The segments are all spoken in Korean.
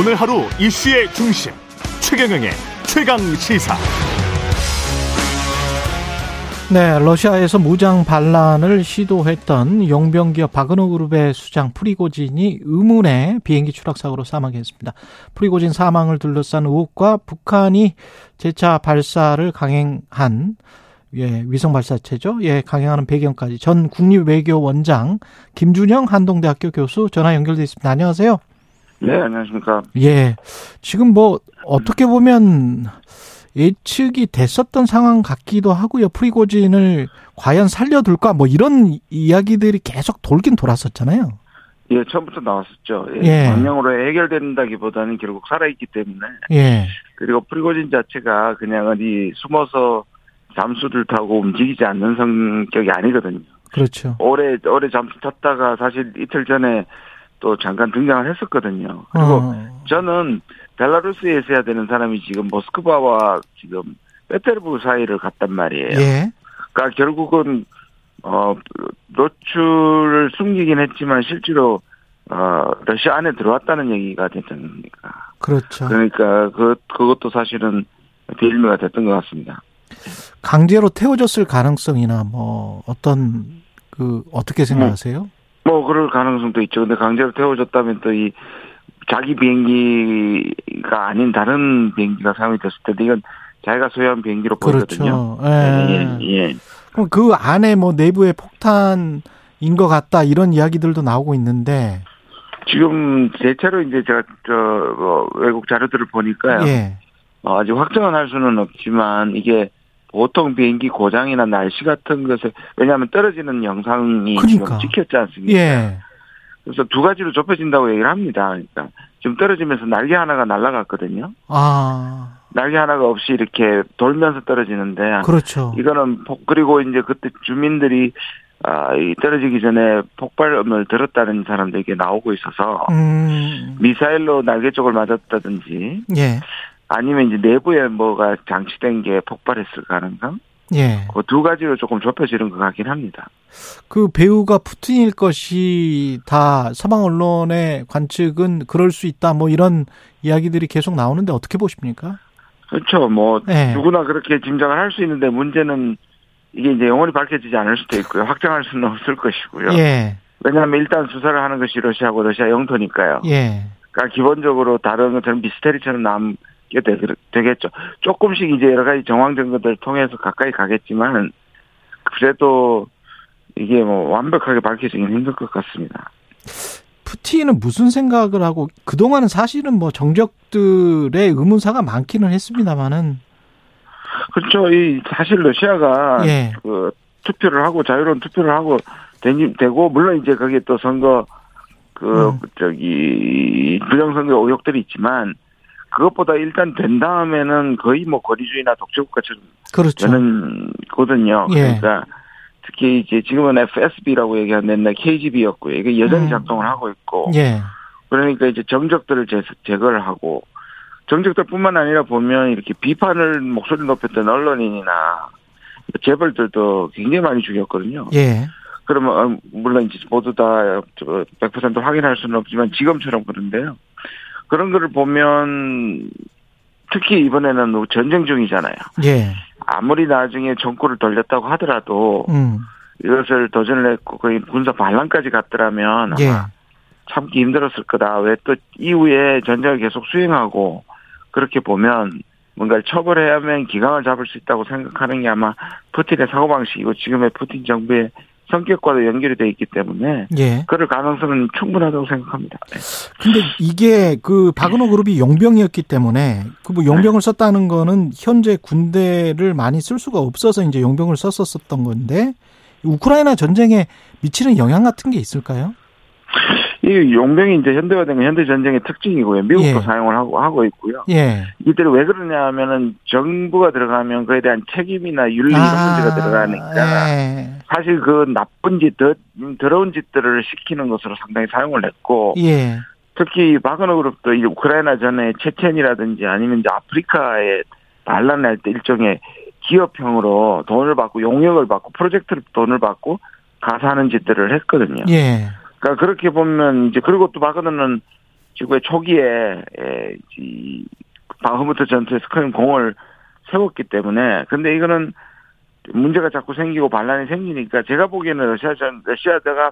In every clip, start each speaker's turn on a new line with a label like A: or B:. A: 오늘 하루 이슈의 중심 최경영의 최강 시사.
B: 네, 러시아에서 무장 반란을 시도했던 용병기업 바그노 그룹의 수장 프리고진이 의문의 비행기 추락 사고로 사망했습니다. 프리고진 사망을 둘러싼 의혹과 북한이 재차 발사를 강행한 예, 위성 발사체죠. 예, 강행하는 배경까지 전 국립외교원장 김준영 한동대학교 교수 전화 연결돼 있습니다. 안녕하세요.
C: 네, 안녕하십니까.
B: 예. 지금 뭐 어떻게 보면 예측이 됐었던 상황 같기도 하고요. 프리고진을 과연 살려둘까 뭐 이런 이야기들이 계속 돌긴 돌았었잖아요.
C: 예, 처음부터 나왔었죠.
B: 예.
C: 예. 광명으로 해결된다기보다는 결국 살아있기 때문에
B: 예.
C: 그리고 프리고진 자체가 그냥 어디 숨어서 잠수를 타고 움직이지 않는 성격이 아니거든요.
B: 그렇죠.
C: 오래 오래 잠수 탔다가 사실 이틀 전에 또 잠깐 등장을 했었거든요. 그리고
B: 어,
C: 저는 벨라루스에 있어야 되는 사람이 지금 모스크바와 지금 페테르부르 사이를 갔단 말이에요.
B: 예.
C: 그러니까 결국은 어 노출을 숨기긴 했지만 실제로 어 러시아 안에 들어왔다는 얘기가 됐지 않습니까?
B: 그렇죠.
C: 그러니까 그 그것도 사실은 비일미가 됐던 것 같습니다.
B: 강제로 태워졌을 가능성이나 뭐 어떤 그 어떻게 생각하세요?
C: 뭐 그럴 가능성도 있죠. 근데 강제로 태워줬다면 또 이 자기 비행기가 아닌 다른 비행기가 사용이 됐을 텐데 이건 자기가 소유한 비행기로 보이거든요.
B: 그렇죠. 예.
C: 예, 예.
B: 그럼 그 안에 뭐 내부에 폭탄인 것 같다 이런 이야기들도 나오고 있는데
C: 지금 제 차로 이제 제가 저뭐 외국 자료들을 보니까요.
B: 예.
C: 어, 아직 확정은 할 수는 없지만 이게 보통 비행기 고장이나 날씨 같은 것에 왜냐하면 떨어지는 영상이
B: 그러니까.
C: 지금 찍혔지 않습니까?
B: 예.
C: 그래서 두 가지로 좁혀진다고 얘기를 합니다. 그러니까 지금 떨어지면서 날개 하나가 날아갔거든요.
B: 아.
C: 날개 하나가 없이 이렇게 돌면서 떨어지는데
B: 그렇죠.
C: 이거는 폭 그리고 이제 그때 주민들이 아, 이 떨어지기 전에 폭발음을 들었다는 사람들이 이게 나오고 있어서
B: 음.
C: 미사일로 날개 쪽을 맞았다든지
B: 예.
C: 아니면 이제 내부에 뭐가 장치된 게 폭발했을 가능성?
B: 예.
C: 그 두 가지로 조금 좁혀지는 것 같긴 합니다.
B: 그 배우가 푸틴일 것이 다 서방 언론의 관측은 그럴 수 있다 뭐 이런 이야기들이 계속 나오는데 어떻게 보십니까?
C: 그렇죠. 뭐
B: 예.
C: 누구나 그렇게 짐작을 할 수 있는데 문제는 이게 이제 영원히 밝혀지지 않을 수도 있고요. 확정할 수는 없을 것이고요.
B: 예.
C: 왜냐하면 일단 수사를 하는 것이 러시아고 러시아 영토니까요.
B: 예.
C: 그러니까 기본적으로 다른 것처럼 미스테리처럼 남게 되, 되겠죠. 조금씩 이제 여러 가지 정황 증거들 통해서 가까이 가겠지만 그래도 이게 뭐 완벽하게 밝혀지긴 힘들 것 같습니다.
B: 푸틴은 무슨 생각을 하고 그동안은 사실은 뭐 정적들의 의문사가 많기는 했습니다만은
C: 그렇죠. 이 사실 러시아가
B: 예.
C: 그 투표를 하고 자유로운 투표를 하고 되니- 되고 물론 이제 거기에 또 선거 그
B: 음.
C: 저기 부정선거 의혹들이 있지만 그것보다 일단 된 다음에는 거의 뭐 거리주의나 독재국가처럼
B: 그렇죠.
C: 되는 거든요.
B: 예.
C: 그러니까 특히 이제 지금은 FSB라고 얘기하는 옛날 KGB였고요. 이게
B: 음.
C: 여전히 작동을 하고 있고
B: 예.
C: 그러니까 이제 정적들을 제- 제거를 하고 정적들뿐만 아니라 보면 이렇게 비판을 목소리 높였던 언론인이나 재벌들도 굉장히 많이 죽였거든요.
B: 예.
C: 그러면 어, 물론 이제 모두 다 100% 확인할 수는 없지만 지금처럼 그런데요. 그런 거를 보면 특히 이번에는 뭐 전쟁 중이잖아요.
B: 예.
C: 아무리 나중에 정권을 돌렸다고 하더라도
B: 음.
C: 이것을 도전을 했고 거의 군사 반란까지 갔더라면
B: 예.
C: 아마 참기 힘들었을 거다. 왜 또 이후에 전쟁을 계속 수행하고 그렇게 보면 뭔가를 처벌해야만 기강을 잡을 수 있다고 생각하는 게 아마 푸틴의 사고방식이고 지금의 푸틴 정부의 성격과도 연결이 돼 있기 때문에
B: 예.
C: 그럴 가능성은 충분하다고 생각합니다. 네.
B: 근데 이게 그 박은호 그룹이 용병이었기 때문에 그 뭐 용병을 썼다는 거는 현재 군대를 많이 쓸 수가 없어서 이제 용병을 썼었었던 건데 우크라이나 전쟁에 미치는 영향 같은 게 있을까요?
C: 이 용병이 이제 현대화된 건 현대 전쟁의 특징이고요. 미국도
B: 예.
C: 사용을 하고 하고 있고요.
B: 예.
C: 이들이 왜 그러냐 하면은 정부가 들어가면 그에 대한 책임이나 윤리 이런
B: 아,
C: 문제가 들어가니까
B: 예.
C: 사실 그 나쁜 짓, 더, 더러운 짓들을 시키는 것으로 상당히 사용을 했고,
B: 예.
C: 특히 바그너 그룹도 이 우크라이나 전에 체첸이라든지 아니면 이제 아프리카에 반란할 때 일종의 기업형으로 돈을 받고 용역을 받고 프로젝트를 돈을 받고 가서 하는 짓들을 했거든요.
B: 예.
C: 그러니까 그렇게 보면 이제 그리고 또 바그너는 지구의 초기에 에, 이 바흐무트 전투에서 큰 공을 세웠기 때문에 근데 이거는 문제가 자꾸 생기고 반란이 생기니까 제가 보기에는 러시아 전 러시아가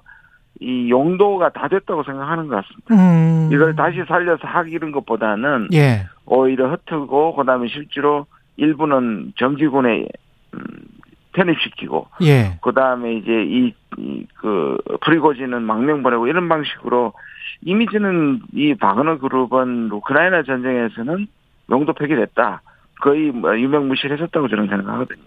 C: 이 용도가 다 됐다고 생각하는 것 같습니다.
B: 음.
C: 이걸 다시 살려서 하기 이런 것보다는
B: 예.
C: 오히려 흩트고 그다음에 실제로 일부는 정지군에 음, 편입시키고
B: 예.
C: 그다음에 이제 이그 프리고지는 망명 보내고 이런 방식으로 이미지는 이 바그너 그룹은 우크라이나 전쟁에서는 용도 폐기됐다. 거의 뭐 유명무실했었다고 저는 생각하거든요.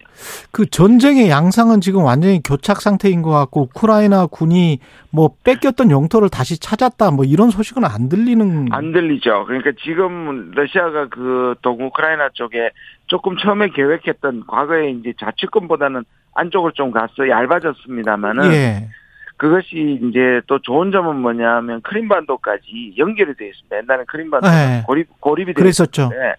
B: 그 전쟁의 양상은 지금 완전히 교착 상태인 것 같고 우크라이나 군이 뭐 뺏겼던 영토를 다시 찾았다 뭐 이런 소식은 안 들리는
C: 안 들리죠. 그러니까 지금 러시아가 그 동우크라이나 쪽에 조금 처음에 계획했던 과거에 이제 좌측권보다는 안쪽을 좀 갔어 얇아졌습니다만은
B: 예.
C: 그것이 이제 또 좋은 점은 뭐냐면 크림반도까지 연결이 돼 있습니다. 옛날에 크림반도
B: 예.
C: 고립 고립이 돼
B: 그랬었죠.
C: 있는데 네.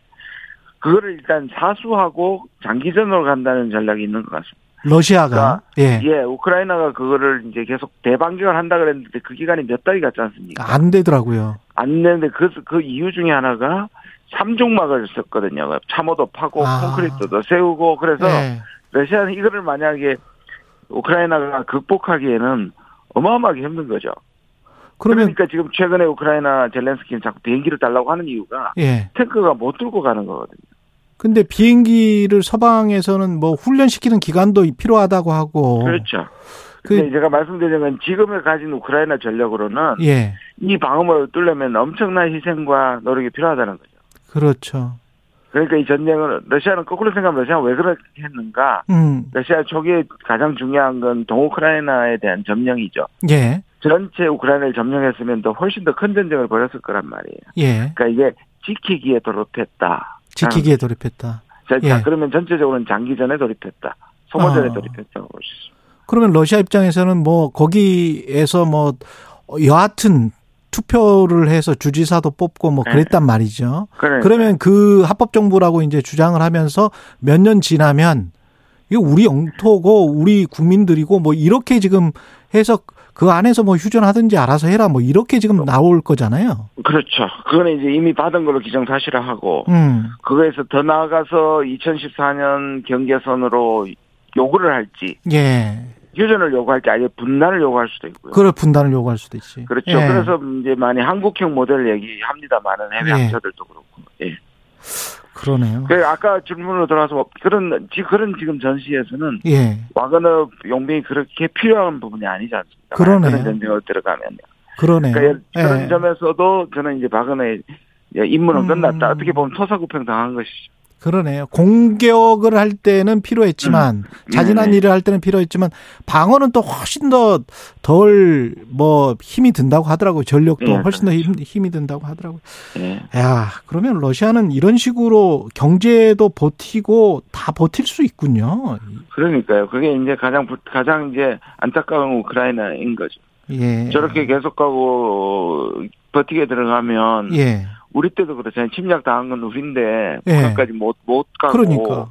C: 그거를 일단 사수하고 장기전으로 간다는 전략이 있는 것 같습니다.
B: 러시아가 예.
C: 예, 우크라이나가 그거를 이제 계속 대반격을 한다 그랬는데 그 기간이 몇 달이 갔지 않습니까?
B: 안 되더라고요.
C: 안 되는데 그, 그 이유 중에 하나가 삼중막을 썼거든요. 참호도 파고
B: 아.
C: 콘크리트도 세우고 그래서
B: 예.
C: 러시아는 이거를 만약에 우크라이나가 극복하기에는 어마어마하게 힘든 거죠.
B: 그러면
C: 그러니까 지금 최근에 우크라이나 젤렌스키는 자꾸 비행기를 달라고 하는 이유가
B: 예.
C: 탱크가 못 들고 가는 거거든요.
B: 근데 비행기를 서방에서는 뭐 훈련시키는 기간도 필요하다고 하고
C: 그렇죠.
B: 그-
C: 근데 제가 말씀드린 건 지금에 가진 우크라이나 전력으로는
B: 예.
C: 이 방어막을 뚫려면 엄청난 희생과 노력이 필요하다는 거죠.
B: 그렇죠.
C: 그러니까 이 전쟁은 러시아는 거꾸로 생각하면 러시아는 왜 그렇게 했는가?
B: 음.
C: 러시아 초기에 가장 중요한 건 동우크라이나에 대한 점령이죠.
B: 예.
C: 전체 우크라이나를 점령했으면 더 훨씬 더 큰 전쟁을 벌였을 거란 말이에요.
B: 예.
C: 그러니까 이게 지키기에 돌입했다.
B: 지키기에 돌입했다.
C: 자,
B: 예.
C: 자, 그러면 전체적으로는 장기전에 돌입했다. 소모전에
B: 아.
C: 돌입했다고 볼 수 있습니다.
B: 그러면 러시아 입장에서는 뭐 거기에서 뭐 여하튼 투표를 해서 주지사도 뽑고
C: 네.
B: 뭐 그랬단 말이죠.
C: 그래.
B: 그러면 그 합법 정부라고 이제 주장을 하면서 몇 년 지나면 이거 우리 영토고 우리 국민들이고 뭐 이렇게 지금 해서 그 안에서 뭐 휴전하든지 알아서 해라 뭐 이렇게 지금 나올 거잖아요.
C: 그렇죠. 그거는 이제 이미 받은 걸로 기정사실화하고
B: 음.
C: 그거에서 더 나아가서 2014년 경계선으로 요구를 할지
B: 예.
C: 휴전을 요구할지 아예 분단을 요구할 수도 있고요.
B: 그걸 분단을 요구할 수도 있지.
C: 그렇죠.
B: 예.
C: 그래서 이제 많이 한국형 모델을 얘기합니다만은 해외
B: 예.
C: 학자들도 그렇고. 예.
B: 그러네요.
C: 그 아까 질문으로 돌아서 그런 지 그런 지금 전시에서는
B: 예.
C: 와그너 용병이 그렇게 필요한 부분이 아니지 않습니까?
B: 그러네요.
C: 그런 전쟁으로 들어가면.
B: 그러네요.
C: 그러니까 그런
B: 예.
C: 점에서도 저는 이제 바그너의 임무는
B: 음.
C: 끝났다. 어떻게 보면 토사구팽 당한 것이죠.
B: 그러네요. 공격을 할 때는 필요했지만
C: 음.
B: 자진한
C: 네네.
B: 일을 할 때는 필요했지만 방어는 또 훨씬 더 덜 뭐 힘이 든다고 하더라고요. 전력도
C: 네,
B: 훨씬 더 힘, 힘이 든다고 하더라고요.
C: 예.
B: 야, 그러면 러시아는 이런 식으로 경제도 버티고 다 버틸 수 있군요.
C: 그러니까요. 그게 이제 가장 불- 가장 이제 안타까운 우크라이나인 거죠.
B: 예.
C: 저렇게 계속 가고 버티게 들어가면
B: 예.
C: 우리 때도 그렇잖아요. 침략 당한 건 우리인데
B: 예.
C: 북한까지 못 못 가고
B: 그러니까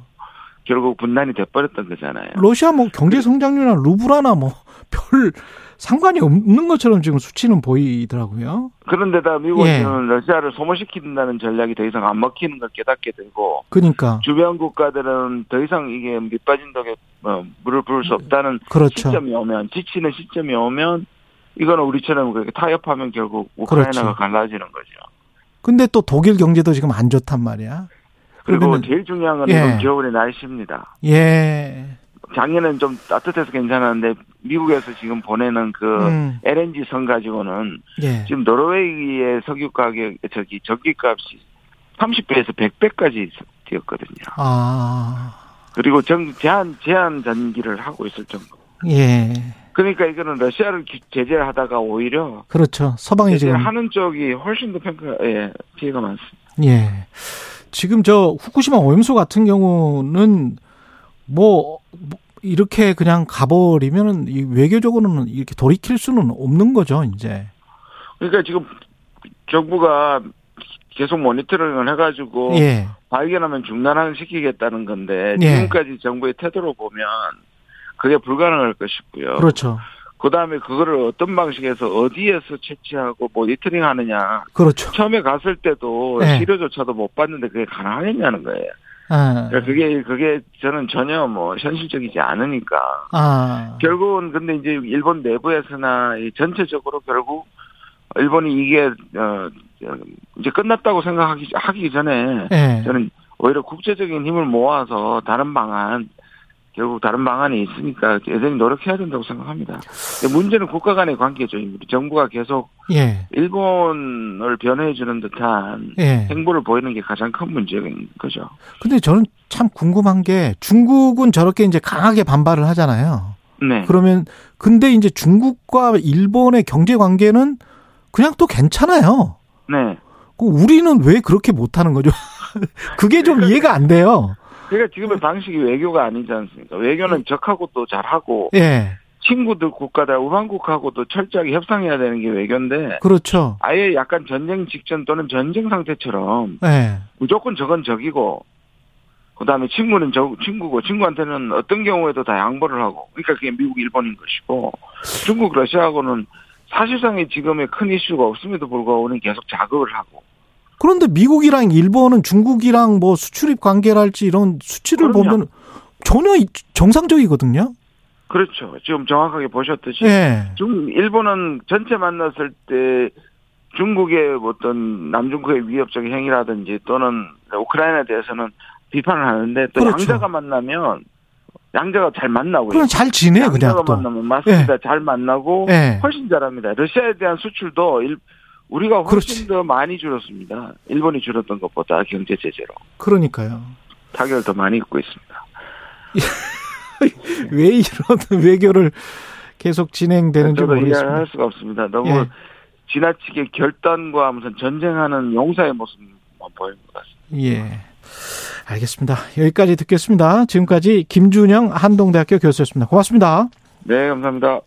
C: 결국 분단이 돼버렸던 거잖아요.
B: 러시아 뭐 경제 성장률이나 루블화나 뭐 별 상관이 없는 것처럼 지금 수치는 보이더라고요.
C: 그런데다 미국은
B: 예.
C: 러시아를 소모시킨다는 전략이 더 이상 안 먹히는 걸 깨닫게 되고
B: 그러니까
C: 주변 국가들은 더 이상 이게 밑빠진 덕에 어, 물을 부을 수 없다는
B: 그렇죠.
C: 시점이 오면 지치는 시점이 오면 이거는 우리처럼 그렇게 타협하면 결국 우크라이나가
B: 그렇죠.
C: 갈라지는 거죠.
B: 근데 또 독일 경제도 지금 안 좋단 말이야.
C: 그리고
B: 그러면은-
C: 제일 중요한 건
B: 예.
C: 이건 겨울의 날씨입니다.
B: 예.
C: 작년엔 좀 따뜻해서 괜찮았는데 미국에서 지금 보내는 그
B: 음.
C: LNG 선 가지고는
B: 예.
C: 지금 노르웨이의 석유 가격 저기 전기값이 30배에서 100배까지 뛰었거든요.
B: 아.
C: 그리고 정 제한 제한 전기를 하고 있을 정도.
B: 예.
C: 그러니까 이거는 러시아를 기- 제재를 하다가 오히려
B: 그렇죠. 서방이 지금
C: 네, 제재를 하는 쪽이 훨씬 더 평가 예 피해가 많습니다.
B: 예. 지금 저 후쿠시마 오염수 같은 경우는 뭐 이렇게 그냥 가버리면은 이 외교적으로는 이렇게 돌이킬 수는 없는 거죠, 이제.
C: 그러니까 지금 정부가 계속 모니터링을 해가지고
B: 예.
C: 발견하면 중단을 시키겠다는 건데
B: 예.
C: 지금까지 정부의 태도로 보면 그게 불가능할 것이고요.
B: 그렇죠.
C: 그 다음에 그거를 어떤 방식에서 어디에서 채취하고 모니터링 하느냐.
B: 그렇죠.
C: 처음에 갔을 때도
B: 네.
C: 치료조차도 못 받는데 그게 가능하겠냐는 거예요.
B: 아,
C: 그러니까 그게, 그게 저는 전혀 뭐 현실적이지 않으니까.
B: 아,
C: 결국은 근데 이제 일본 내부에서나 이 전체적으로 결국 일본이 이게, 어, 이제 끝났다고 생각하기, 하기 전에
B: 예,
C: 저는 오히려 국제적인 힘을 모아서 다른 방안, 결국 다른 방안이 있으니까 여전히 노력해야 된다고 생각합니다. 근데 문제는 국가 간의 관계죠. 우리 정부가 계속
B: 예,
C: 일본을 변호해주는 듯한
B: 예.
C: 행보를 보이는 게 가장 큰 문제인 거죠.
B: 근데 저는 참 궁금한 게 중국은 저렇게 이제 강하게 반발을 하잖아요.
C: 네.
B: 그러면 근데 이제 중국과 일본의 경제 관계는 그냥 또 괜찮아요.
C: 네.
B: 그 우리는 왜 그렇게 못하는 거죠? 그게 좀 이해가 안 돼요.
C: 그러니까 지금의 방식이 외교가 아니지 않습니까? 외교는 적하고도 잘하고,
B: 예,
C: 친구들 국가들, 우방국하고도 철저하게 협상해야 되는 게 외교인데,
B: 그렇죠.
C: 아예 약간 전쟁 직전 또는 전쟁 상태처럼
B: 예,
C: 무조건 적은 적이고 그다음에 친구는 적 친구고 친구한테는 어떤 경우에도 다 양보를 하고 그러니까 그게 미국 일본인 것이고 중국 러시아하고는 사실상의 지금의 큰 이슈가 없음에도 불구하고 는 계속 자극을 하고
B: 그런데 미국이랑 일본은 중국이랑 뭐 수출입 관계랄지 이런 수치를
C: 그럼요.
B: 보면 전혀 이- 정상적이거든요.
C: 그렇죠 지금 정확하게 보셨듯이
B: 예.
C: 중 일본은 전체 만났을 때 중국의 어떤 남중국의 위협적인 행위라든지 또는 우크라이나에 대해서는 비판을 하는데 또
B: 그렇죠.
C: 양자가 만나면 양자가 잘 만나고요.
B: 네, 그럼 잘 지내요,
C: 양자가
B: 그냥 또.
C: 만나면 맞습니다. 잘 만나고
B: 예.
C: 훨씬 잘합니다. 러시아에 대한 수출도 일- 우리가
B: 그렇지.
C: 훨씬 더 많이 줄었습니다. 일본이 줄었던 것보다 경제 제재로
B: 그러니까요.
C: 타격을 더 많이 입고 있습니다.
B: 왜 이런 외교를 계속 진행되는지
C: 저도 이해를
B: 모르겠습니다.
C: 할 수가 없습니다. 너무
B: 예.
C: 지나치게 결단과 무슨 전쟁하는 용사의 모습만 보이는 것 같습니다.
B: 예. 알겠습니다. 여기까지 듣겠습니다. 지금까지 김준영 한동대학교 교수였습니다. 고맙습니다.
C: 네, 감사합니다.